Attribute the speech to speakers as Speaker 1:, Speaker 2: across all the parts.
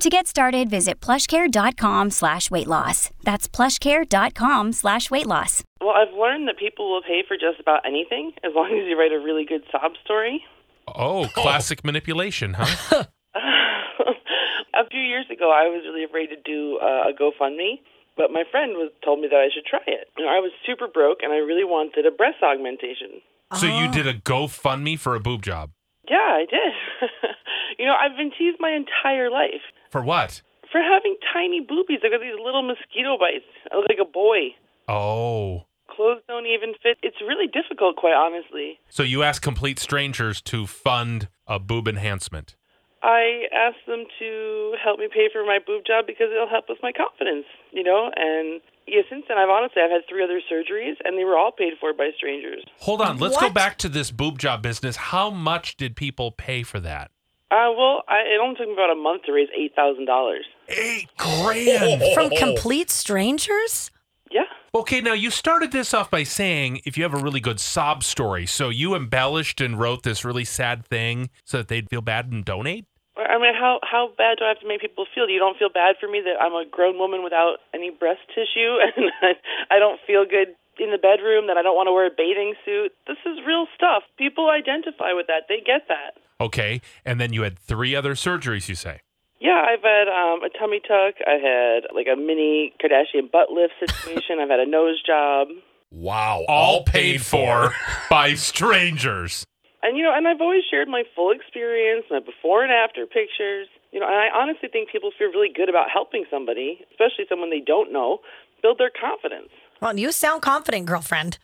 Speaker 1: To get started, visit plushcare.com slash weight loss. That's plushcare.com slash weight loss.
Speaker 2: Well, I've learned that people will pay for just about anything as long as you write a really good sob story.
Speaker 3: Oh, classic manipulation, huh?
Speaker 2: a few years ago, I was really afraid to do uh, a GoFundMe, but my friend was told me that I should try it. You know, I was super broke and I really wanted a breast augmentation.
Speaker 3: so you did a GoFundMe for a boob job.
Speaker 2: Yeah, I did. you know, I've been teased my entire life
Speaker 3: For what?
Speaker 2: for having tiny boobies. I got these little mosquito bites. I look like a boy.
Speaker 3: Oh.
Speaker 2: Clothes don't even fit. It's really difficult, quite honestly.
Speaker 3: So you asked complete strangers to fund a boob enhancement.
Speaker 2: I asked them to help me pay for my boob job because it'll help with my confidence, you know. And yeah, since then, I've honestly I've had three other surgeries, and they were all paid for by strangers.
Speaker 3: Hold on, let's go
Speaker 4: What?
Speaker 3: back to this boob job business. How much did people pay for that?
Speaker 2: Uh, well, I, it only took me about a month to raise eight thousand dollars.
Speaker 3: Eight grand.
Speaker 4: From complete strangers?
Speaker 2: Yeah,
Speaker 3: Okay, now you started this off by saying if you have a really good sob story, so you embellished and wrote this really sad thing so that they'd feel bad and donate?
Speaker 2: I mean, how how bad do I have to make people feel? You don't feel bad for me that I'm a grown woman without any breast tissue, and I, I don't feel good in the bedroom. That I don't want to wear a bathing suit. This is real stuff. People identify with that. They get that.
Speaker 3: Okay, and then you had three other surgeries, you say.
Speaker 2: Yeah, I've had um, a tummy tuck. I had like a mini Kardashian butt lift situation. I've had a nose job.
Speaker 5: Wow.
Speaker 3: All paid for by strangers.
Speaker 2: And, you know, and I've always shared my full experience, my before and after pictures. You know, and I honestly think people feel really good about helping somebody, especially someone they don't know, build their confidence.
Speaker 4: Well, you sound confident, girlfriend.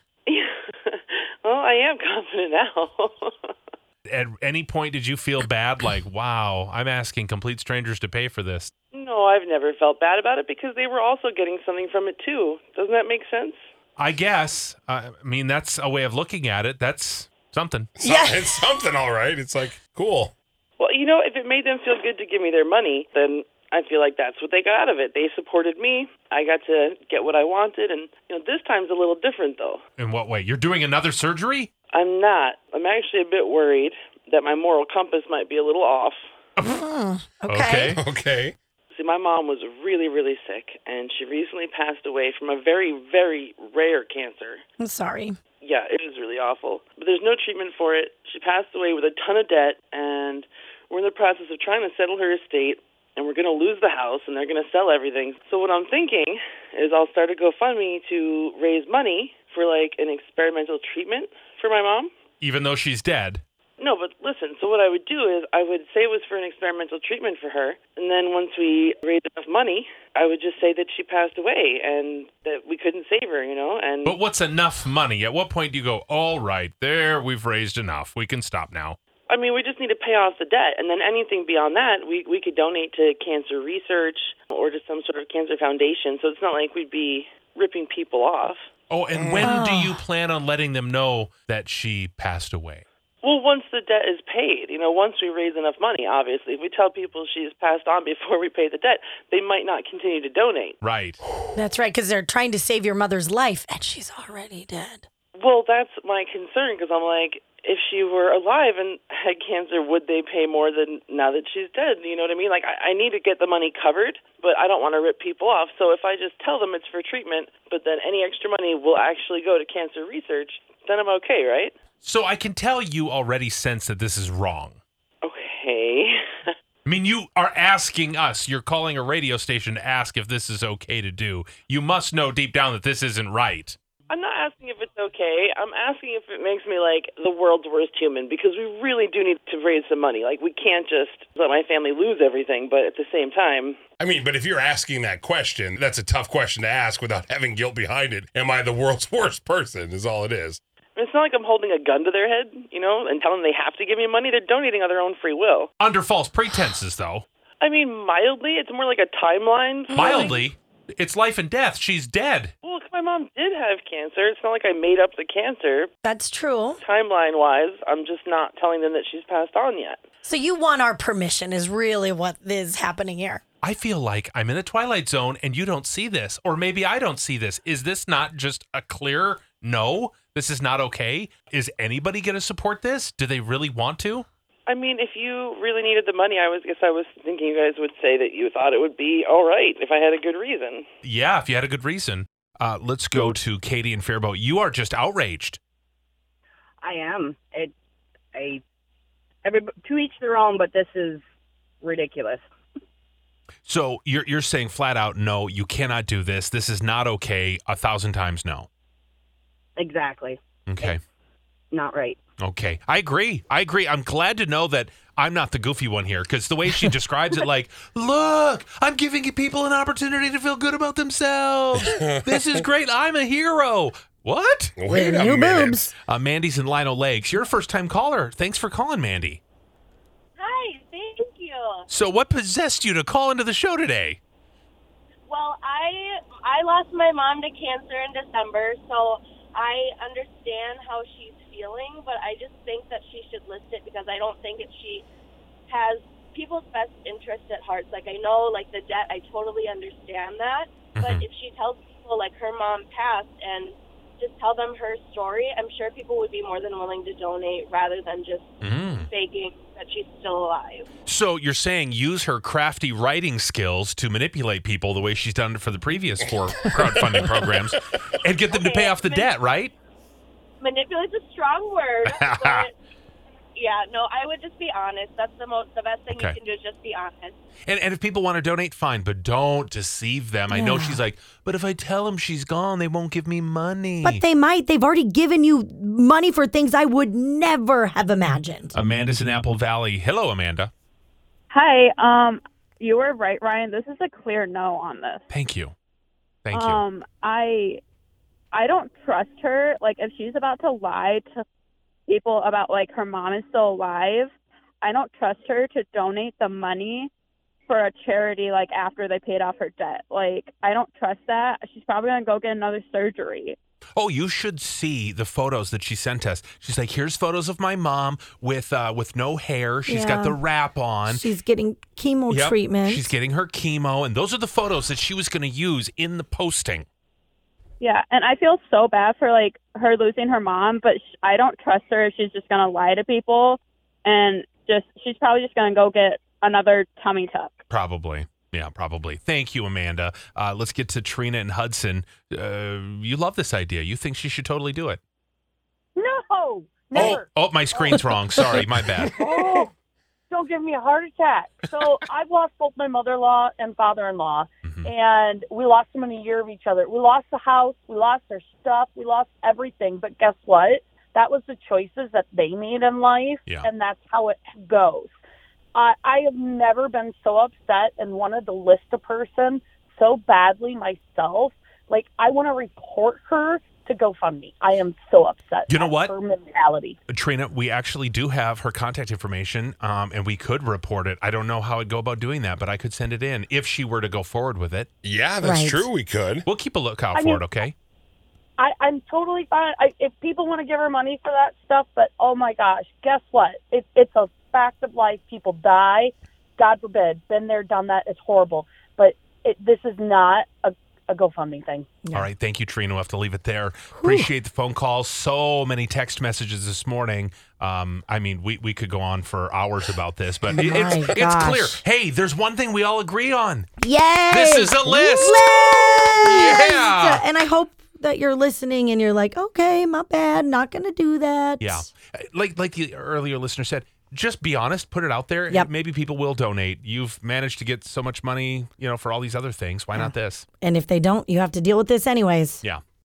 Speaker 2: well, I am confident now.
Speaker 3: At any point, did you feel bad? Like, wow, I'm asking complete strangers to pay for this.
Speaker 2: no, I've never felt bad about it because they were also getting something from it, too. Doesn't that make sense?
Speaker 3: I guess. I I mean, that's a way of looking at it. That's something.
Speaker 5: So-
Speaker 4: Yeah.
Speaker 5: It's something, all right. It's like, cool.
Speaker 2: Well, you know, if it made them feel good to give me their money, then I feel like that's what they got out of it. They supported me. I got to get what I wanted, and you know, this time's a little different though.
Speaker 3: In what way? You're doing another surgery?
Speaker 2: I'm not. I'm actually a bit worried that my moral compass might be a little off.
Speaker 4: Okay.
Speaker 5: Okay.
Speaker 2: See, my mom was really, really sick, and she recently passed away from a very, very rare cancer.
Speaker 4: I'm sorry.
Speaker 2: Yeah, it was really awful. But there's no treatment for it. She passed away with a ton of debt, and we're in the process of trying to settle her estate, and we're going to lose the house, and they're going to sell everything. So what I'm thinking is I'll start a GoFundMe to raise money for like an experimental treatment for my mom.
Speaker 3: Even though she's dead.
Speaker 2: No, but listen, so what I would do is I would say it was for an experimental treatment for her, and then once we raised enough money, I would just say that she passed away and that we couldn't save her, you know, and
Speaker 3: But what's enough money? At what point do you go, all right, there, we've raised enough. We can stop now.
Speaker 2: I mean, we just need to pay off the debt, and then anything beyond that, we we could donate to cancer research or to some sort of cancer foundation. So it's not like we'd be ripping people off.
Speaker 3: Oh, and when do
Speaker 4: Ah.
Speaker 3: you plan on letting them know that she passed away?
Speaker 2: Well, once the debt is paid, you know, once we raise enough money, obviously, if we tell people she's passed on before we pay the debt, they might not continue to donate.
Speaker 3: Right.
Speaker 4: That's right, because they're trying to save your mother's life, and she's already dead.
Speaker 2: Well, that's my concern because I'm like, if she were alive and had cancer, would they pay more than now that she's dead? You know what I mean? Like, I, I need to get the money covered, but I don't want to rip people off. So if I just tell them it's for treatment, but then any extra money will actually go to cancer research, then I'm okay, right?
Speaker 3: So I can tell you already sense that this is wrong.
Speaker 2: Okay.
Speaker 3: I mean, you are asking us, you're calling a radio station to ask if this is okay to do. You must know deep down that this isn't right.
Speaker 2: I'm not asking if it's okay. I'm asking if it makes me like the world's worst human because we really do need to raise some money. Like, we can't just let my family lose everything, but at the same time,
Speaker 5: I mean, but if you're asking that question, that's a tough question to ask without having guilt behind it. Am I the world's worst person? Is all it is.
Speaker 2: It's not like I'm holding a gun to their head, you know, and telling them they have to give me money. They're donating of their own free will.
Speaker 3: Under false pretenses, though.
Speaker 2: I mean, mildly, it's more like a timeline. feeling.
Speaker 3: Mildly. It's life and death. She's dead.
Speaker 2: Well, look, my mom did have cancer. It's not like I made up the cancer.
Speaker 4: That's true.
Speaker 2: Timeline wise, I'm just not telling them that she's passed on yet.
Speaker 4: So you want our permission is really what is happening here.
Speaker 3: I feel like I'm in the Twilight Zone and you don't see this. Or maybe I don't see this. Is this not just a clear no? This is not okay? Is anybody going to support this? Do they really want to?
Speaker 2: I mean, if you really needed the money, I was guess I was thinking you guys would say that you thought it would be all right if I had a good reason.
Speaker 3: Yeah, if you had a good reason. Uh, let's go to Katie and Fairboat. You are just outraged.
Speaker 6: I am. It, I, every to each their own, but this is ridiculous.
Speaker 3: So you're, you're saying flat out, no, you cannot do this. This is not okay. A thousand times no.
Speaker 6: Exactly.
Speaker 3: Okay.
Speaker 6: Not right.
Speaker 3: Okay. I agree. I agree. I'm glad to know that I'm not the goofy one here because the way she describes it, like, look, I'm giving people an opportunity to feel good about themselves. This is great. I'm a hero. What?
Speaker 5: Wait a
Speaker 4: new
Speaker 5: minute.
Speaker 4: boobs.
Speaker 3: Uh, Mandy's in Lionel Lakes. You're a first time caller. Thanks for calling, Mandy.
Speaker 7: Hi, thank you.
Speaker 3: So, what possessed you to call into the show today?
Speaker 7: Well, I I lost my mom to cancer in December, so I understand how she's feeling, but I just think that she should list it because I don't think that she has people's best interest at heart. Like I know like the debt, I totally understand that, but
Speaker 3: Mhm.
Speaker 7: if she tells people like her mom passed and just tell them her story, I'm sure people would be more than willing to donate rather than just
Speaker 8: Mm-hmm.
Speaker 3: Mm.
Speaker 7: faking that she's still alive.
Speaker 3: So, you're saying use her crafty writing skills to manipulate people the way she's done it for the previous four crowdfunding programs and get them to pay off the debt, right?
Speaker 7: manipulate's a strong word. but yeah, no, I would just be honest. That's the most, the best thing
Speaker 3: Okay.
Speaker 7: you can do is just be honest.
Speaker 3: And, and if people want to donate, fine, but don't deceive them. I know she's like, but if I tell them she's gone, they won't give me money.
Speaker 4: But they might. They've already given you money for things I would never have imagined.
Speaker 3: Amanda's in Apple Valley. Hello, Amanda.
Speaker 9: Hi. Um, you were right, Ryan. This is a clear no on this.
Speaker 3: Thank you. Thank you.
Speaker 9: Um, I, I don't trust her. Like, if she's about to lie to people about like her mom is still alive, I don't trust her to donate the money for a charity like after they paid off her debt. Like, I don't trust that. She's probably gonna go get another surgery.
Speaker 3: Oh, you should see the photos that she sent us. She's like, here's photos of my mom with uh, with no hair. She's got
Speaker 4: Yeah.
Speaker 3: the wrap on.
Speaker 4: She's getting chemo
Speaker 3: Yep.
Speaker 4: treatment.
Speaker 3: She's getting her chemo, and those are the photos that she was going to use in the posting.
Speaker 9: Yeah, and I feel so bad for like her losing her mom, but sh- I don't trust her if she's just gonna lie to people, and just she's probably just gonna go get another tummy tuck.
Speaker 3: Probably. Yeah, probably. Thank you, Amanda. Uh, let's get to Trina and Hudson. Uh, you love this idea. You think she should totally do it.
Speaker 8: No,
Speaker 3: Oh,
Speaker 8: never.
Speaker 3: oh, my screen's wrong. Sorry, my bad.
Speaker 8: Oh, don't give me a heart attack. So I've lost both my mother-in-law and father-in-law,
Speaker 3: Mhm.
Speaker 8: and we lost them in a year of each other. We lost the house, we lost their stuff, we lost everything. But guess what? That was the choices that they made in life,
Speaker 3: Yeah.
Speaker 8: and that's how it goes. I I have never been so upset and wanted to list a person so badly myself. Like I want to report her to GoFundMe. I am so upset.
Speaker 3: You know
Speaker 8: at
Speaker 3: what?
Speaker 8: Her mentality.
Speaker 3: Trina, we actually do have her contact information, um, and we could report it. I don't know how I'd go about doing that, but I could send it in if she were to go forward with it.
Speaker 5: Yeah, that's
Speaker 4: Right.
Speaker 5: true. We could.
Speaker 3: We'll keep a lookout
Speaker 8: I
Speaker 3: for
Speaker 8: mean-
Speaker 3: it, okay?
Speaker 8: I, I'm totally fine. I, if people want to give her money for that stuff, but oh my gosh, guess what? It, it's a fact of life. People die. God forbid. Been there, done that. It's horrible. But it, this is not a, a GoFundMe thing.
Speaker 3: All right. Thank you, Trina. We'll have to leave it there. Appreciate the phone calls. So many text messages this morning. Um, I mean, we, we could go on for hours about this, but it- it's,
Speaker 4: Oh My
Speaker 3: it's clear.
Speaker 4: gosh.
Speaker 3: Hey, there's one thing we all agree on.
Speaker 4: Yay!
Speaker 3: This is a list.
Speaker 4: List!
Speaker 3: Yeah.
Speaker 4: And I hope that you're listening and you're like, okay, my bad, not gonna do that.
Speaker 3: Yeah. Like like the earlier listener said, just be honest, put it out there.
Speaker 4: Yep.
Speaker 3: Maybe people will donate. You've managed to get so much money, you know, for all these other things. Why not this?
Speaker 4: And if they don't, you have to deal with this anyways.
Speaker 3: Yeah.